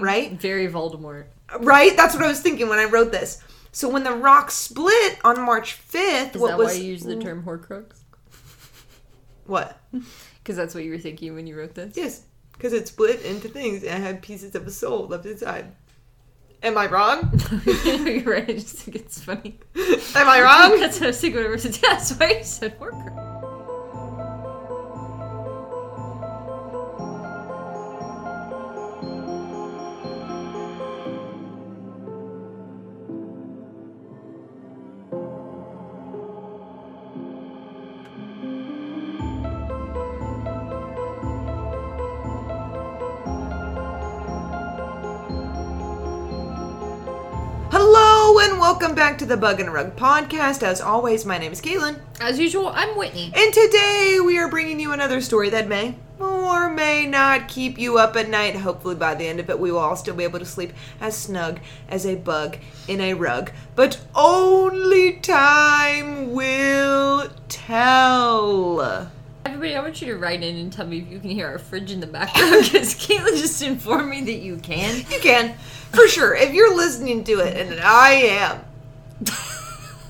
right? Mm-hmm. Very Voldemort. Right? That's what I was thinking when I wrote this. So when the rock split on March 5th, Is what that was Mm. why you use the term Horcrux? what? Because that's what you were thinking when you wrote this. Yes, because it split into things and had pieces of a soul left inside. Am I wrong? You're right. I just think it's funny. Am I wrong? that's what I was thinking when I wrote it. Yeah, That's why you said Horcrux. Hello and welcome back to the Bug and Rug podcast. As always, my name is Caitlin, As usual, I'm Whitney. and today we are bringing you another story that may or may not keep you up at night. Hopefully, by the end of it, we will all still be able to sleep as snug as a bug in a rug. But only time will tell. Everybody, I want you to write in and tell me if you can hear our fridge in the background because Caitlin just informed me that you can. You can, for sure. If you're listening to it, and I am,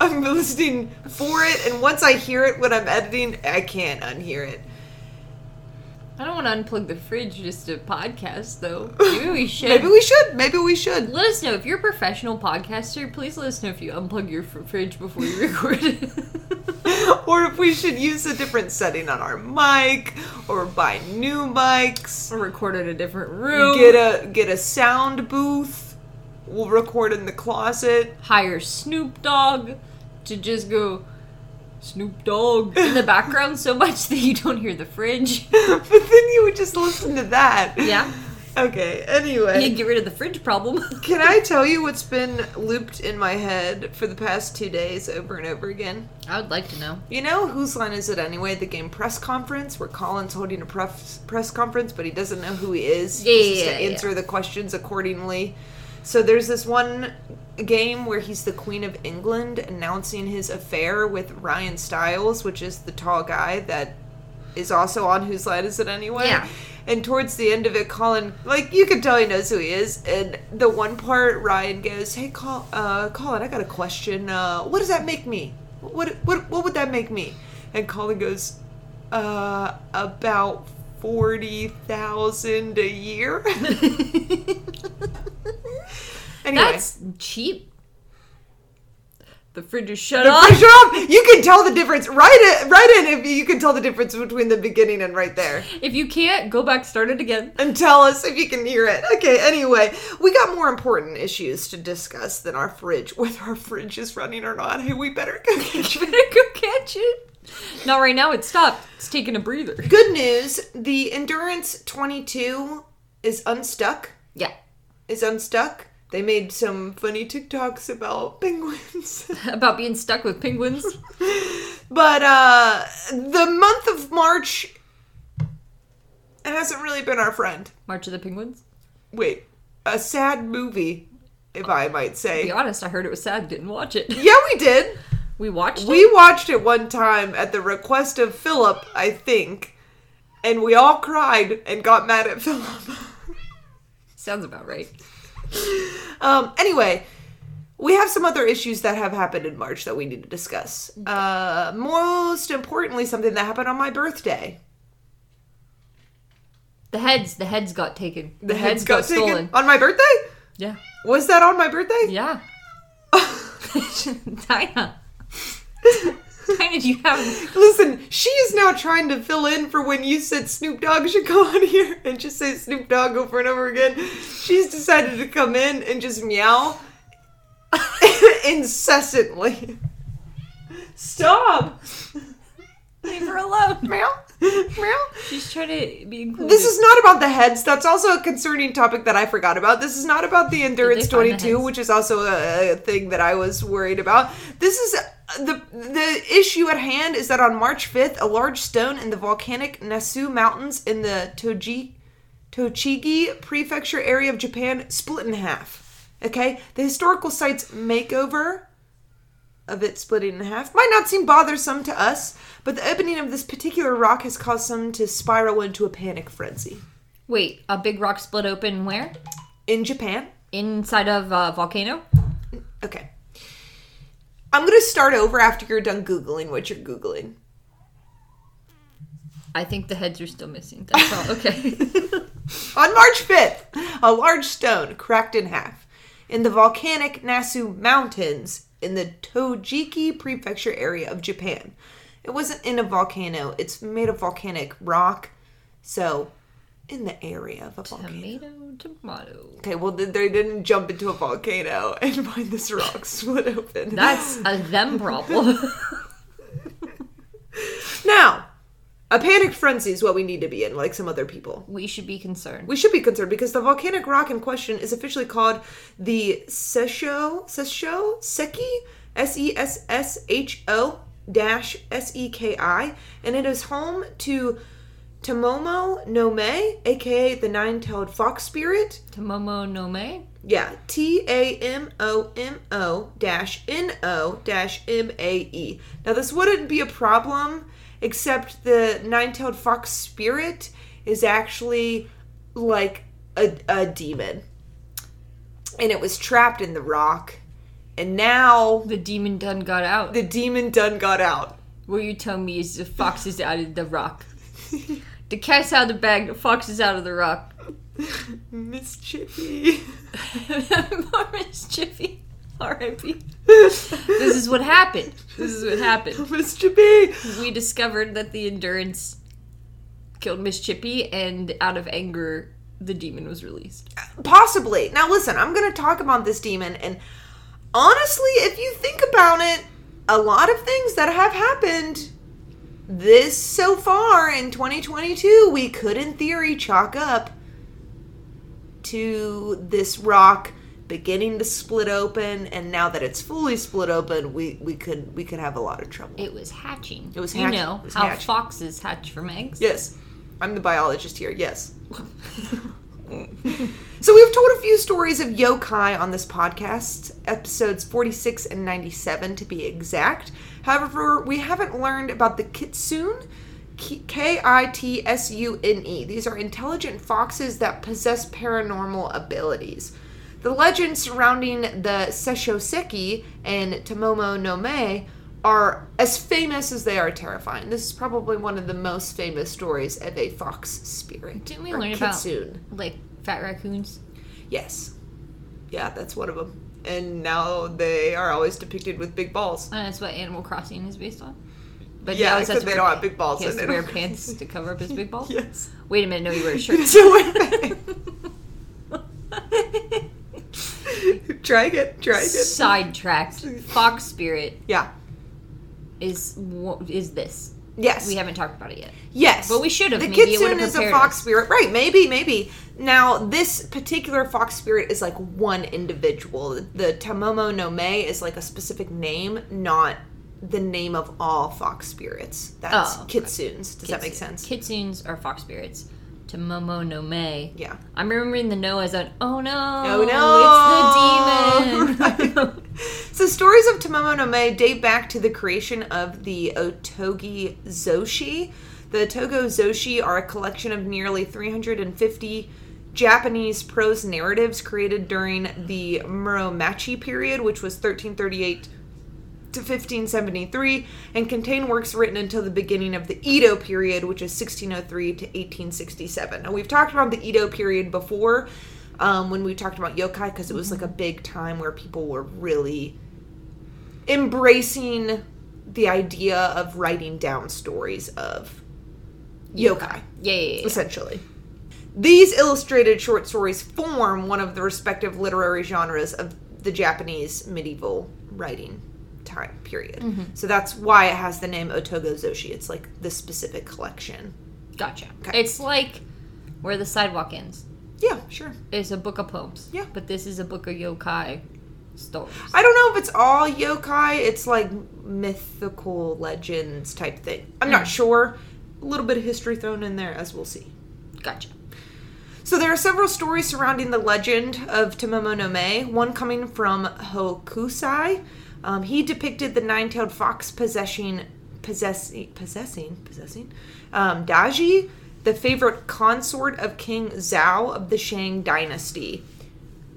I'm listening for it, and once I hear it when I'm editing, I can't unhear it. I don't want to unplug the fridge just to podcast though. Maybe we should. Maybe we should. Maybe we should. Let us know if you're a professional podcaster. Please let us know if you unplug your fr- fridge before you record. or if we should use a different setting on our mic, or buy new mics, or record in a different room. get a get a sound booth. We'll record in the closet. hire Snoop Dogg to just go Snoop Dogg in the background so much that you don't hear the fridge. but then you would just listen to that. Yeah. Okay. Anyway. You get rid of the fridge problem. Can I tell you what's been looped in my head for the past two days over and over again? I would like to know. You know, whose line is it anyway? The game press conference where Colin's holding a press, press conference, but he doesn't know who he is. Yeah, He just yeah, has to yeah, answer the questions accordingly. So there's this one game where he's the Queen of England announcing his affair with Ryan Stiles, which is the tall guy that is also on whose line is it anyway? Yeah. And towards the end of it, Colin, like you can tell he knows who he is. And the one part, Ryan goes, "Hey, Col- uh, Colin, I got a question. Uh, what does that make me? What what what would that make me?" And Colin goes, "Uh, about forty thousand a year." anyway, That's cheap. The fridge is shut The off. pressure off. You can tell the difference. Write it. Write in if you can tell the difference between the beginning and right there. If you can't, go back, start it again. and tell us if you can hear it. Okay, anyway, we got more important issues to discuss than our fridge, whether our fridge is running or not. Hey, we better go get Better you. go catch it. Not right now, it's stopped. It's taking a breather. Good news the Endurance 22 is unstuck. Yeah. Is unstuck. They made some funny TikToks about penguins. About being stuck with penguins. but uh the month of March hasn't really been our friend. March of the Penguins. Wait, a sad movie, if I might To be say. honest, I heard it was sad, didn't watch it. Yeah, we did. We watched it. We watched it one time at the request of Philip, I think, and we all cried and got mad at Philip. Sounds about right. um, anyway, we have some other issues that have happened in March that we need to discuss. Uh, most importantly, something that happened on my birthday. The heads, the heads got taken. The heads got, taken on my birthday. Yeah, Was that on my birthday? yeah. Dinah, Dinah, do you have? Listen, she is now trying to fill in for when you said Snoop Dogg should come on here and just say Snoop Dogg over and over again. She's decided to come in and just meow incessantly. Stop! Leave her alone. Meow, meow. She's trying to be included. This is not about the heads. That's also a concerning topic that I forgot about. This is not about the Endurance Did they find the 22, heads? which is also a a thing that I was worried about. This is uh, the the issue at hand is that on March 5th, a large stone in the volcanic Nasu Mountains in the Toji Tochigi prefecture area of Japan split in half. Okay? The historical site's makeover of it splitting in half might not seem bothersome to us, but the opening of this particular rock has caused some to spiral into a panic frenzy. Wait, a big rock split open where? in Japan. Inside of a volcano? Okay. I'm going to start over after you're done Googling what you're Googling. I think the heads are still missing. That's all. Okay. On March 5th, a large stone cracked in half in the volcanic Nasu Mountains in the Tojiki Prefecture area of Japan. It wasn't in a volcano, it's made of volcanic rock, so in the area of a volcano. tomato, tomato. Okay, well, th- they didn't jump into a volcano and find this rock split open. That's a them problem. now, a panic frenzy is what we need to be in, like some other people. we should be concerned. We should be concerned because the volcanic rock in question is officially called the Sesho Sesho Seki S E S S H O dash S E K I, and it is home to Tomomo no Me, aka the nine-tailed fox spirit. Tomomo no me? Yeah, T A M O M O dash N O dash M A E. Now, this wouldn't be a problem, except the nine tailed fox spirit is actually like a, a demon. And it was trapped in the rock. And now The demon done got out. the demon done got out. What you tell me is the fox is out of the rock. the cat's out of the bag, the fox is out of the rock. Miss Chippy. More mischiefy. R.I.P. This is what happened. This is what happened. Miss Chippy. We discovered that the endurance killed Miss Chippy, and out of anger, the demon was released. Possibly. Now, listen, I'm going to talk about this demon, and honestly, if you think about it, a lot of things that have happened this so far in 2022, we could, in theory, chalk up to this rock beginning to split open and now that it's fully split open we we could we could have a lot of trouble It was hatching. It was You hatching. know It was how hatching. foxes hatch from eggs. yes i'm the biologist here yes So we've told a few stories of yokai on this podcast, episodes 46 and 97 to be exact. However, we haven't learned about the kitsune, K I T S U N E. These are intelligent foxes that possess paranormal abilities. The legends surrounding the Seshoseki and Tomomo no Me are as famous as they are terrifying. This is probably one of the most famous stories of a fox spirit. Didn't we or learn about- kitsune. Like fat raccoons. Yes. Yeah, that's one of them. And now they are always depicted with big balls. And Uh, that's what Animal Crossing is based on. But now Yeah, it's- except they wear- don't have big balls He has in to Animal wear pants to cover up his big balls. Yes. Wait a minute, no, you wear a shirt. try again. Try again. Sidetracked. Fox spirit Yeah. is wo- is this? Yes. We haven't talked about it yet. Yes. But we should have. The Maybe it would kitsune have is a prepared fox us. spirit, right? Maybe, maybe. Now, this particular fox spirit is like one individual. The Tamomo no Me is like a specific name, not the name of all fox spirits. That's Oh, okay. kitsunes. Does that make sense? Kitsunes are fox spirits. To Momo no Me. yeah. I'm remembering the no as an oh no. Oh no! It's the demon. So stories of Tomomo no Me date back to the creation of the Otogi Zoshi. The Togo Zoshi are a collection of nearly 350 Japanese prose narratives created during the Muromachi period, which was 1338 to 1573 and contain works written until the beginning of the Edo period, which is 1603 to 1867. Now, we've talked about the Edo period before um, when we talked about yokai because it was like a big time where people were really embracing the idea of writing down stories of yokai yeah, yeah, yeah. essentially. These illustrated short stories form one of the respective literary genres of the Japanese medieval writing time period. So that's why it has the name Otogo Zoshi. It's like the specific collection. Gotcha. Okay. It's like where the sidewalk ends. Yeah, sure. It's a book of poems. Yeah. But this is a book of yokai stories. I don't know if it's all yokai, it's like mythical legends type thing. I'm not sure. A little bit of history thrown in there as we'll see. Gotcha. So there are several stories surrounding the legend of Tomomo no Me, one coming from Hokusai. Um, he depicted the nine-tailed fox possessing, possessing, possessing, possessing, um, Daji, the favorite consort of King Zhao of the Shang dynasty.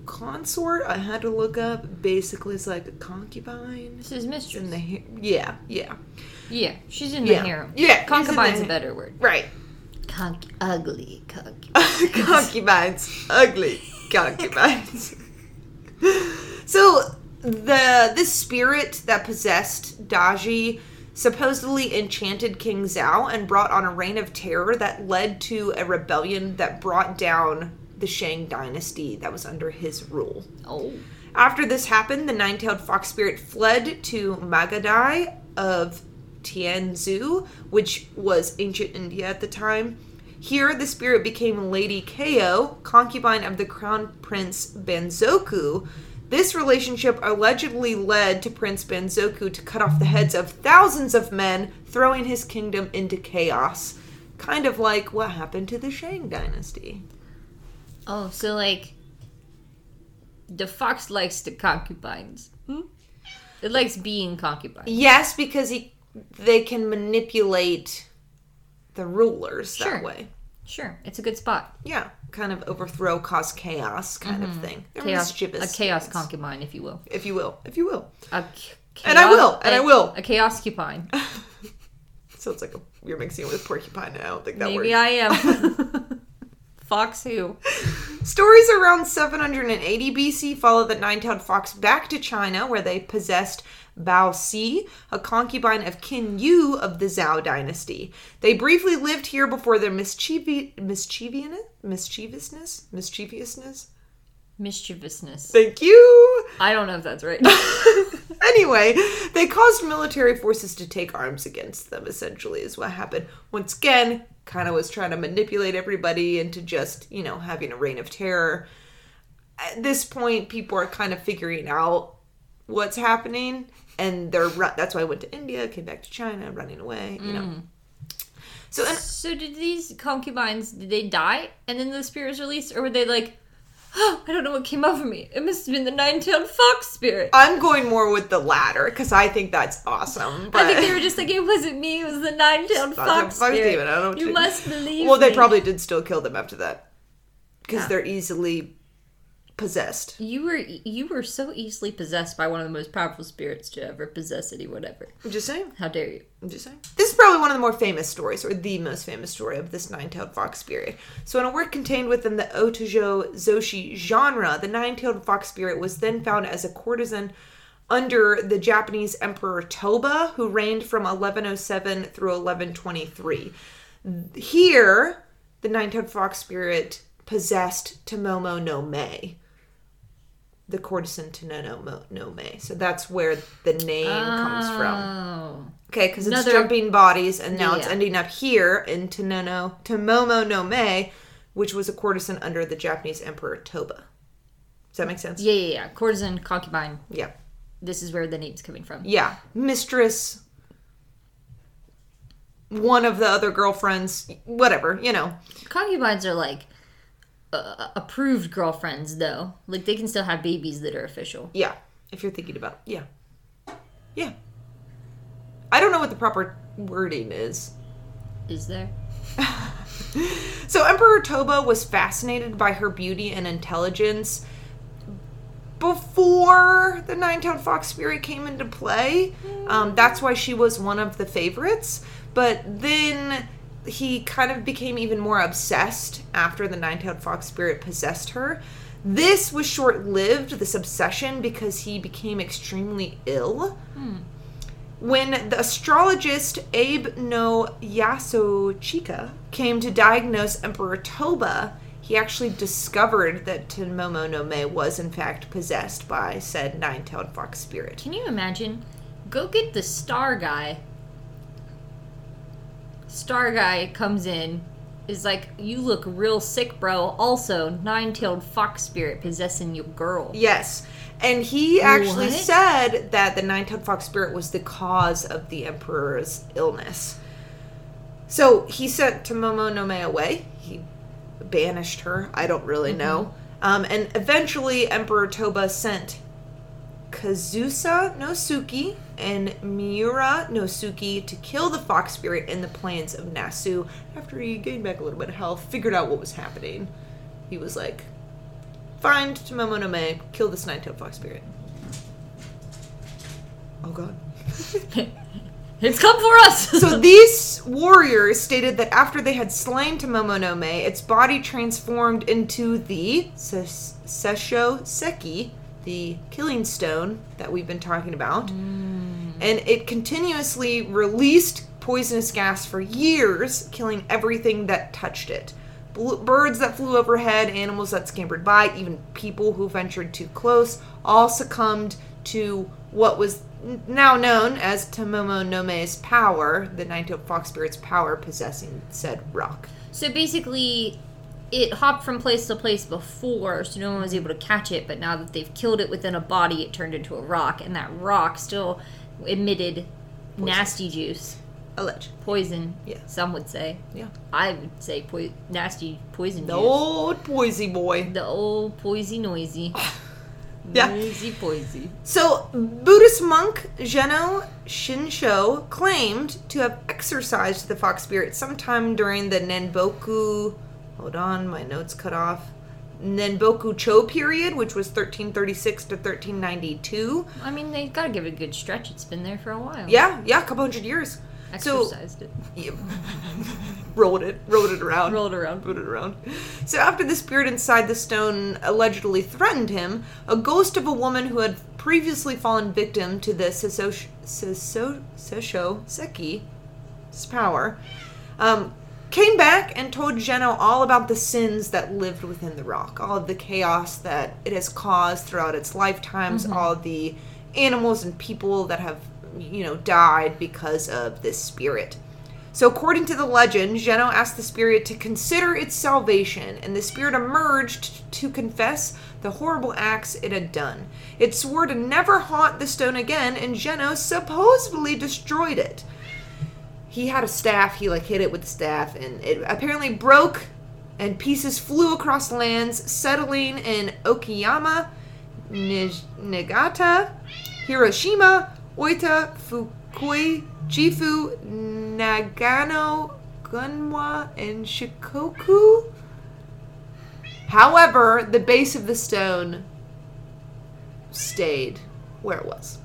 consort. I had to look up. Basically, it's like a concubine. This is It's in mistress. the ha- yeah, yeah, yeah, she's in yeah, the harem. yeah. Concubine's he's a in the- better word. right? Conc- ugly concubine. concubines, ugly concubines. so the this spirit that possessed Daji supposedly enchanted King Zhao and brought on a reign of terror that led to a rebellion that brought down the Shang dynasty that was under his rule. Oh, After this happened, the nine-tailed fox spirit fled to Magadai of Tianzu, which was ancient India at the time. Here, the spirit became Lady Kao, concubine of the crown prince Banzoku. This relationship allegedly led to Prince Banzoku to cut off the heads of thousands of men, throwing his kingdom into chaos. Kind of like what happened to the Shang dynasty. oh, so like the fox likes the concubines. Hmm? It likes being concubine. Yes, because he they can manipulate the rulers Sure. that way. Sure, it's a good spot. Yeah, kind of overthrow, cause chaos, kind of thing. They're Mm-hmm. Chaos, mischievous, a chaos things, concubine, if you will. if you will, if you will. A c- And I chao- will, and a- I will. A chaos cupine. Sounds like a, you're mixing it with porcupine. and I don't think that Maybe works. I am. Fox who? Stories around 780 BC follow the nine-tailed fox back to China, where they possessed Bao Si, a concubine of Qin Yu of the Zhao dynasty. They briefly lived here before their mischievi- mischievousness, mischievousness, mischievousness. Mischievousness. Thank you. I don't know if that's right. anyway, they caused military forces to take arms against them, essentially, is what happened. Once again, kind of was trying to manipulate everybody into just, you know, having a reign of terror. At this point, people are kind of figuring out what's happening, and they're ru- that's why I went to India, came back to China, running away, you know. Mm. So, and so did these concubines? Did they die and then the spirit was released, or were they like, oh, I don't know what came over me. It must have been the nine-tailed fox spirit. I'm going more with the latter because I think that's awesome. But I think they were just like, it wasn't me. It was the nine-tailed Not fox that fucked spirit. even, I don't know what you to- must believe. Well, they me. probably did still kill them after that because Yeah. they're easily possessed. You were you were so easily possessed by one of the most powerful spirits to ever possess any whatever. I'm just saying. How dare you? I'm just saying. This is probably one of the more famous stories, or the most famous story of this nine-tailed fox spirit. So, in a work contained within the Otojo Zoshi genre, the nine-tailed fox spirit was then found as a courtesan under the Japanese Emperor Toba, who reigned from 1107 through 1123. Here, the nine-tailed fox spirit possessed Tomomo no Mei. The courtesan Tonono Mo- no Mei. So that's where the name comes from. Oh. Okay, because it's Another- jumping bodies, and now it's Yeah. ending up here in Tonono, Tomomo no Mei, which was a courtesan under the Japanese Emperor Toba. Does that make sense? Yeah, yeah, yeah. Courtesan, concubine. Yeah. This is where the name's coming from. Yeah. Mistress, one of the other girlfriends, whatever, you know. Concubines are like uh, approved girlfriends, though. Like they can still have babies that are official. Yeah. If you're thinking about, yeah. Yeah. I don't know what the proper wording is. Is there? So Emperor Toba was fascinated by her beauty and intelligence before the Nine-Tailed Fox Spirit came into play. Um, that's why she was one of the favorites. But then he kind of became even more obsessed after the Nine-Tailed Fox Spirit possessed her. This was short-lived, this obsession, because he became extremely ill when the astrologist Abe no Yasochika came to diagnose Emperor Toba, he actually discovered that Tenmomo no Mei was in fact possessed by said nine-tailed fox spirit. Can you imagine? Go get the star guy. Star guy comes in, is like, "You look real sick, bro." Also, nine-tailed fox spirit possessing your girl. Yes. And he actually What? said that the nine-tailed fox spirit was the cause of the emperor's illness. So he sent Tomomo no Mei away. He banished her. I don't really know. Um, and eventually, Emperor Toba sent Kazusa no Suki and Miura no Suki to kill the fox spirit in the plains of Nasu. After he gained back a little bit of health, figured out what was happening, he was like, Find Momo no May, kill this nine tailed fox spirit. Oh god. it's come for us. So these warriors stated that after they had slain Tomomo no Mei, its body transformed into the Ses- Sesho Seki, the killing stone that we've been talking about. And it continuously released poisonous gas for years, killing everything that touched it. Bl- Birds that flew overhead, animals that scampered by, even people who ventured too close, all succumbed to what was n- now known as Tomomo no Me's power, the nine-tailed fox spirit's power possessing said rock. So basically, it hopped from place to place before, so no one was able to catch it. But now that they've killed it within a body, it turned into a rock, and that rock still emitted nasty juice, Alleged. poison. Yeah. Some would say. Yeah. I would say poi- nasty poison The juice. old Poisey boy. The old poisy noisy. Yeah. Noisy poisy. So, Buddhist monk Zeno Shinsho claimed to have exorcised the fox spirit sometime during the Nenboku. Hold on, my notes cut off. Nenboku Cho period, which was 1336 to 1392. I mean, they gotta give it a good stretch. It's been there for a while. Yeah, yeah, a couple hundred years. So, Exercised it. yeah, rolled it, rolled it around. Rolled around. Put it around. So after the spirit inside the stone allegedly threatened him, a ghost of a woman who had previously fallen victim to the Sesho Sesho- Sesho Seki's power um, came back and told Jeno all about the sins that lived within the rock, all of the chaos that it has caused throughout its lifetimes, all the animals and people that have, you know, died because of this spirit. So, according to the legend, Jeno asked the spirit to consider its salvation, and the spirit emerged to confess the horrible acts it had done. It swore to never haunt the stone again, and Jeno supposedly destroyed it he had a staff he like hit it with the staff and it apparently broke and pieces flew across lands settling in okayama Nij- nagata hiroshima oita fukui jifu nagano gunwa and shikoku however the base of the stone stayed where it was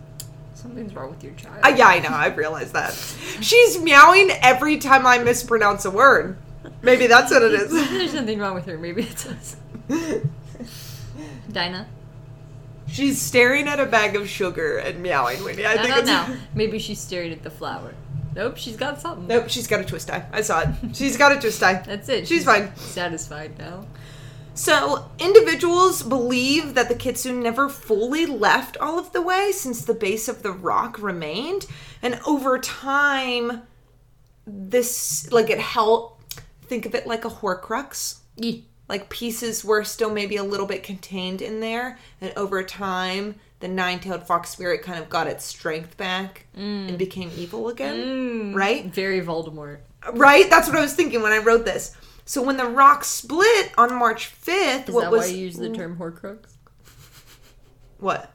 Something's wrong with your child. uh, yeah, I know. I've realized that. She's meowing every time I mispronounce a word. Maybe that's what it is. There's nothing wrong with her. Maybe it's us. Dinah. She's staring at a bag of sugar and meowing, Winnie. I I, think don't it's. know. Maybe she's staring at the flower. Nope, she's got something. Nope, she's got a twist eye. I saw it. She's got a twist eye. That's it. She's fine. Satisfied now. So, individuals believe that the kitsune never fully left all of the way since the base of the rock remained. And over time, this, like, it held. Think of it like a horcrux. Yee. like pieces were still maybe a little bit contained in there and over time the nine-tailed fox spirit kind of got its strength back Mm. and became evil again right Very Voldemort. right that's what i was thinking when i wrote this so when the rock split on march 5th Is what that was Mm. why you use the term Horcrux? what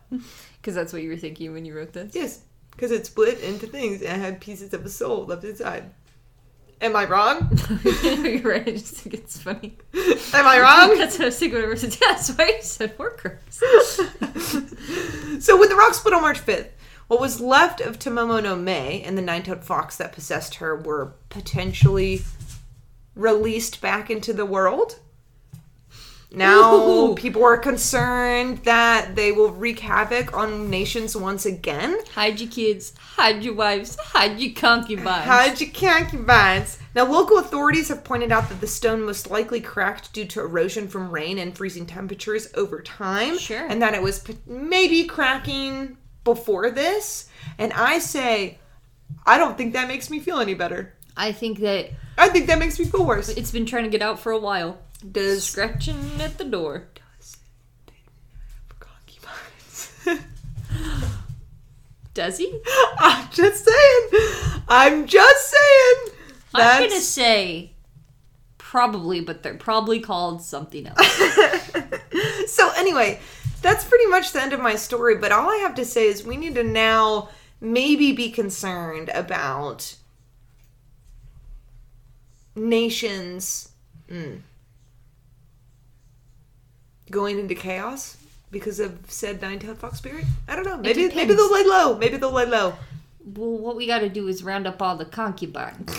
Because that's what you were thinking when you wrote this. yes because it split into things and had pieces of a soul left inside am i wrong You're right. I just think it's funny. am i wrong That's what I was thinking when I wrote it. That's why you said Horcrux. So when the rock split on March 5th, what was left of Tomomo no Mei and the nine-tailed fox that possessed her were potentially released back into the world. Now Ooh. people are concerned that they will wreak havoc on nations once again. Hide your kids. Hide your wives. Hide your concubines. How'd you concubines? Now, local authorities have pointed out that the stone most likely cracked due to erosion from rain and freezing temperatures over time. Sure. And that it was p- maybe cracking before this. And I say, I don't think that makes me feel any better. I think that I think that makes me feel worse. it's been trying to get out for a while. Does Scratching at the door. concubines? Does he? I'm just saying. I'm just saying. I'm gonna say probably, but they're probably called something else. so anyway, that's pretty much the end of my story, but all I have to say is we need to now maybe be concerned about nations mm, going into chaos because of said nine-tailed fox spirit? I don't know. Maybe maybe depends. they'll lay low. Maybe they'll lay low. Well, what we got to do is round up all the concubines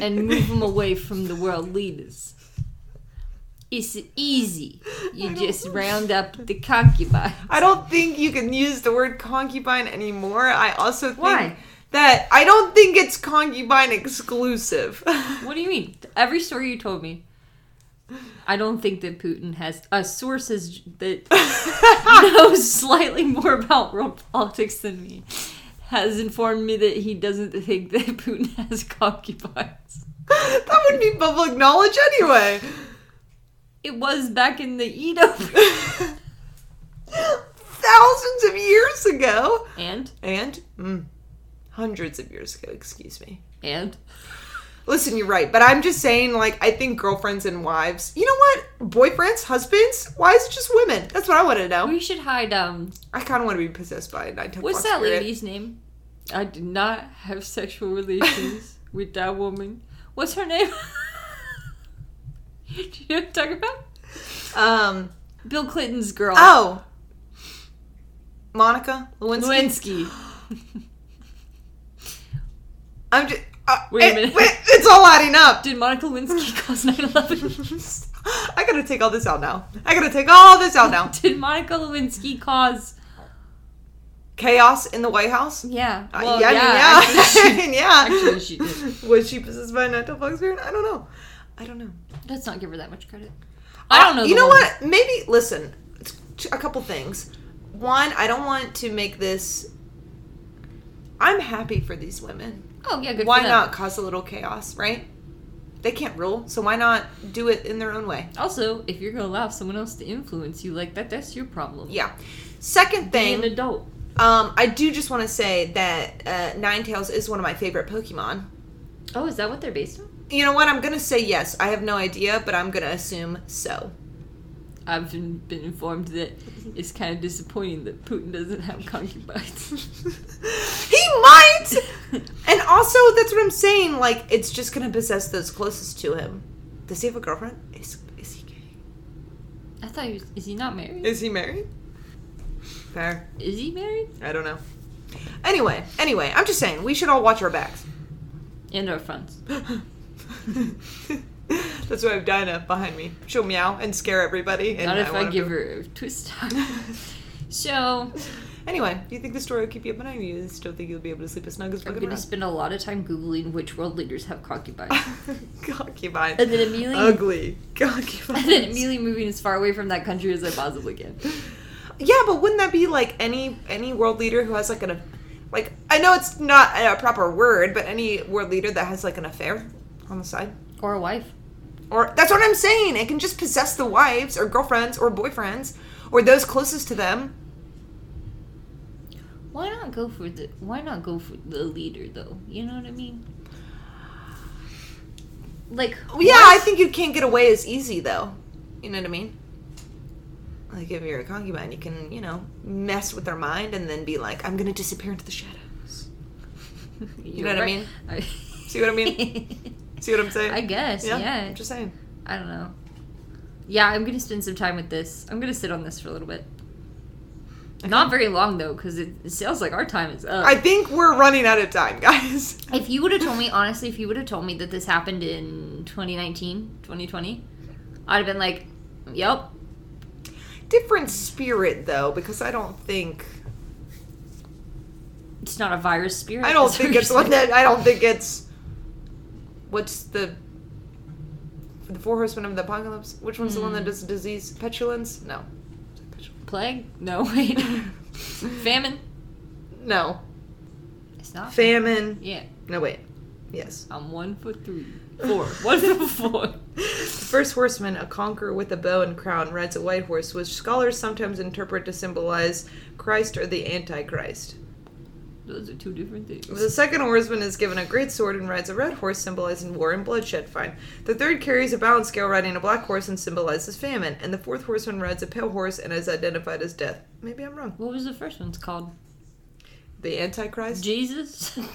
and move them away from the world leaders. It's easy. You just round up the concubines. I don't think you can use the word concubine anymore. I also think Why? that I don't think it's concubine exclusive. What do you mean? Every story you told me. I don't think that Putin has uh, sources that knows slightly more about world politics than me has informed me that he doesn't think that Putin has concubines. that would be public knowledge anyway. It was back in the Edo Thousands of years ago. and And mm, hundreds of years ago, excuse me. and Listen, you're right, but I'm just saying, like, I think girlfriends and wives, you know what? Boyfriends, husbands, why is it just women? That's what I want to know. we should hide um I kind of want to be possessed by a nine tailed what's that lady's name? I did not have sexual relations with that woman. What's her name? do you know what I'm talking about? Um, Bill Clinton's girl. oh. Monica Lewinsky. Lewinsky. I'm just. Uh, Wait a it- minute. wait, it's all adding up. Did Monica Lewinsky cause 9 11? I gotta take all this out now. I gotta take all this out now. Did Monica Lewinsky cause. Chaos in the White House. Yeah. Uh, Well, yeah, yeah. I think I she- mean, yeah. actually, she did. Was she possessed by a nine-tailed fox spirit? I don't know. I don't know. Let's not give her that much credit. I don't know. Uh, You the know woman. what? Maybe listen. it's t- A couple things. One, I don't want to make this. I'm happy for these women. Oh, yeah, good Why for them. not cause a little chaos, right? They can't rule, so why not do it in their own way? Also, if you're going to allow someone else to influence you like that, that's your problem. Yeah. Second Being thing, an adult. um, I do just want to say that uh, Ninetales is one of my favorite Pokemon. Oh, is that what they're based on? You know what? I'm gonna say yes. I have no idea, but I'm gonna assume so. I've been, been informed that it's kind of disappointing that Putin doesn't have concubines. he might. And also, that's what I'm saying. Like, it's just gonna possess those closest to him. Does he have a girlfriend? Is is he gay? I thought he was. Is he not married? Is he married? Fair. Is he married? I don't know. Anyway, anyway, I'm just saying we should all watch our backs. And our friends. that's why I have Dinah behind me. She'll meow and scare everybody. And Not if I wanna give go- her a twist. so Anyway, do you think the story will keep you up at night? Or you still think you'll be able to sleep as snug as I'm fucking gonna rock? spend a lot of time googling which world leaders have concubines, concubine. and then immediately, Ugly concubine. and then immediately moving as far away from that country as I possibly can. Yeah, but wouldn't that be like any any world leader who has like an like I know it's not a proper word, but any world leader that has like an affair on the side. Or a wife. Or that's what I'm saying. It can just possess the wives or girlfriends or boyfriends or those closest to them. Why not go for the? Why not go for the leader though? You know what I mean? Like Yeah, why- I think you can't get away as easy though. You know what I mean? Like if you're a concubine, you can, you know, mess with their mind and then be like, I'm gonna disappear into the shadows. You're know what I right. See what I mean? See what I'm saying? I guess. yeah. I'm just saying. I don't know. Yeah, I'm gonna spend some time with this. I'm gonna sit on this for a little bit. Not very long though, because it, it sounds like our time is up. I think we're running out of time, guys. if you would have told me, honestly, if you would have told me that this happened in 2019, 2020, I'd have been like, "Yep." Different spirit though, because I don't think It's not a virus spirit. I don't That's what think you're it's one saying. that I don't think it's what's the the four horsemen of the apocalypse? Which one's the one that does disease? Petulance? No. Is it petulance? plague. No wait, famine. No. It's not. Famine. yeah, No wait. Yes. I'm one for three, four, one for four. The first horseman, a conqueror with a bow and crown, rides a white horse, which scholars sometimes interpret to symbolize Christ or the Antichrist. Those are two different things. The second horseman is given a great sword and rides a red horse, symbolizing war and bloodshed. Fine. The third carries a balance scale, riding a black horse, and symbolizes famine. And the fourth horseman rides a pale horse and is identified as death. Maybe I'm wrong. What was the first one's called? The Antichrist. Jesus.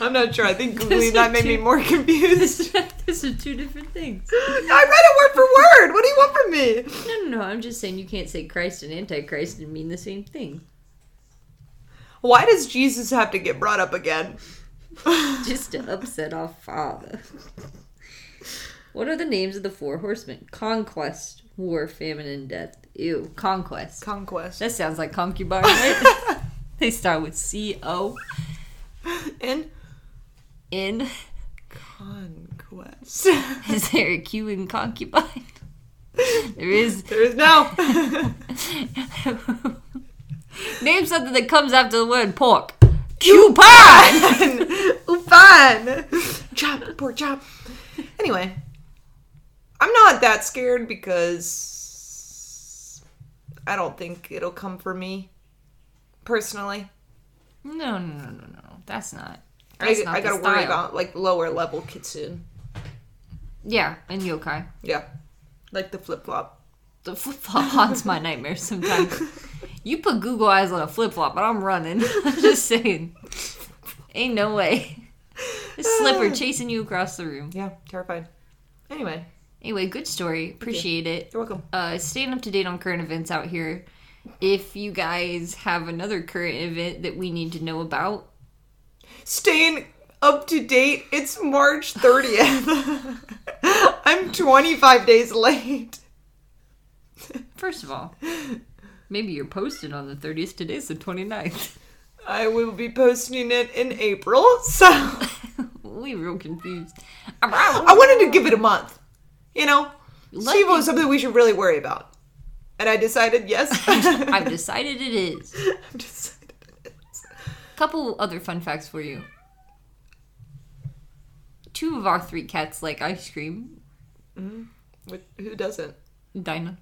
I'm not sure. I think googling that made me more confused. Those are two different things. I read it word for word. What do you want from me? No, no, no. I'm just saying you can't say Christ and Antichrist and mean the same thing. Why does Jesus have to get brought up again? Just to upset our father. What are the names of the four horsemen? Conquest, war, famine, and death. Ew, conquest. Conquest. That sounds like concubine, right? they start with C O And N. conquest. Is there a Q in concubine? There is. there is no. Name something that comes after the word pork. Cupine! Fun. Chop, poor chop. Anyway, I'm not that scared because I don't think it'll come for me personally. No, no, no, no, no. That's not. I, That's not I the gotta worry style. about like lower level kitsune. Yeah, and yokai. Yeah, like the flip flop. The flip flop haunts my nightmares sometimes. You put Google Eyes on a flip flop, but I'm running. I'm just saying. Ain't no way. A slipper chasing you across the room. Yeah, terrifying. Anyway, Anyway, good story. Appreciate it. you're welcome. Uh, staying up to date on current events out here. If you guys have another current event that we need to know about, Staying up to date. It's March 30th. I'm 25 days late. first of all, maybe you're posted on the 30th. Today's the 29th. I will be posting it in April, so. we real confused. I wanted to give it a month. You know, Let see if it me- was something we should really worry about. And I decided yes. I've decided it is. I've decided it is. Couple other fun facts for you. Two of our three cats like ice cream. With- Who doesn't? Dinah.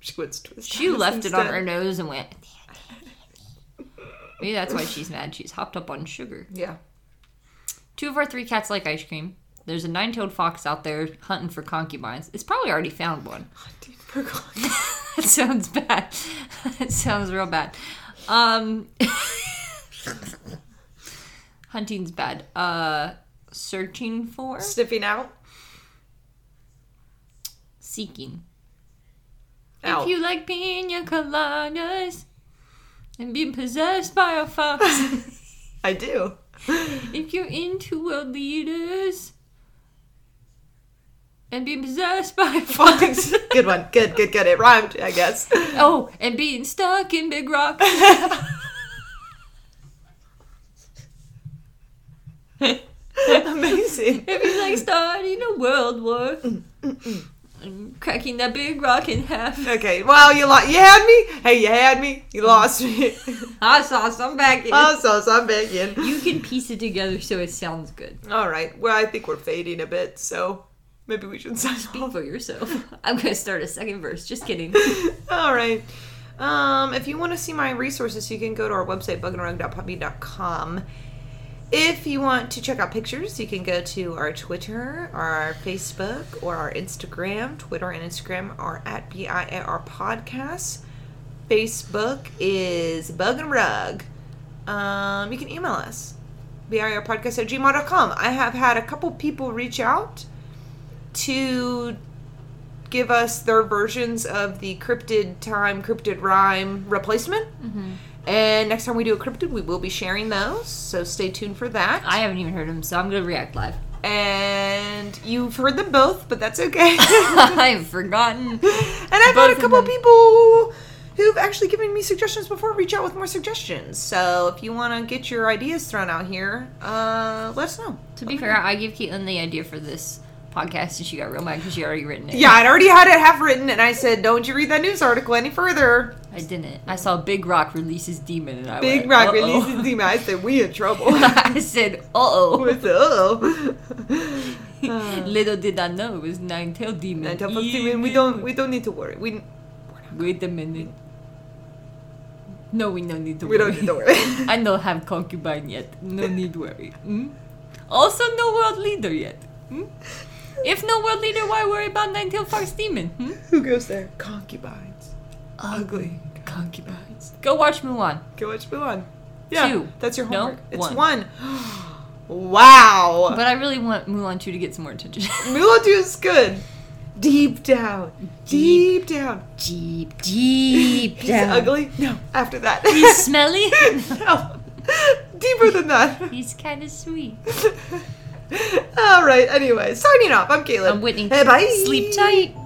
She went twist. She left it on her nose and went. Maybe that's why she's mad. She's hopped up on sugar. Yeah. Two of our three cats like ice cream. There's a nine-tailed fox out there hunting for concubines. It's probably already found one. Hunting for God. that sounds bad. that sounds real bad. Um, hunting's bad. Uh, searching for, Sniffing out. seeking. Out. If you like pina coladas and being possessed by a fox, I do. if you're into world leaders and being possessed by a fox, Fox. good one. Good, good, good. It rhymed, I guess. oh, and being stuck in big rock. Amazing. If you like starting a world war and cracking that big rock in half. Okay, well, you lost. You had me. Hey, you had me. You lost me. I saw some back in. I'm so so I'm begging. you can piece it together so it sounds good. All right. Well, I think we're fading a bit, so maybe we should sign off. Speak for yourself. I'm gonna start a second verse. Just kidding. All right. Um, if you want to see my resources, you can go to our website, bugandrug.puppy.com. If you want to check out pictures, you can go to our Twitter, our Facebook, or our Instagram. Twitter and Instagram are at BIAR Podcasts. Facebook is Bug and Rug. Um, you can email us, BIRpodcast at gmail.com. I have had a couple people reach out to give us their versions of the cryptid time, cryptid rhyme replacement. And next time we do a cryptid, we will be sharing those. So stay tuned for that. I haven't even heard him, so I'm gonna react live. and you've heard them both, but that's okay. I've forgotten. and I've had Both a of couple them. people who've actually given me suggestions before reach out with more suggestions. So if you want to get your ideas thrown out here, uh, let us know. To be fair, I gave Caitlin the idea for this podcast, and she got real mad because she already written it. Yeah, I'd already had it half written, and I said, "Don't you read that news article any further." I didn't. I saw Big Rock releases demon, and I Big went, Rock "Uh-oh." releases demon. I said, "We in trouble." oh. I said, "Uh oh." What's up? Little did I know it was nine tailed demon. And tell Foxy Man, we don't we don't need to worry. We Wait a minute. No, we no need to. we don't worry. need to worry. I don't have concubine yet. No need worry. Mm? Also, no world leader yet. Mm? If no world leader, why worry about nine tailed fox demon? Hmm? Who goes there? Concubines. Ugly. concubines. Go watch Mulan. Go watch Mulan. Yeah, Two. that's your No, homework. It's one. one. Wow. But I really want Mulan 2 to get some more attention. Mulan 2 is good. Deep down. Deep, down. deep, deep He's ugly? No. After that. He's smelly? no. Deeper than that. He's kind of sweet. All right. Anyway, signing off. I'm Caitlin. I'm Whitney. Hey, bye. Sleep tight.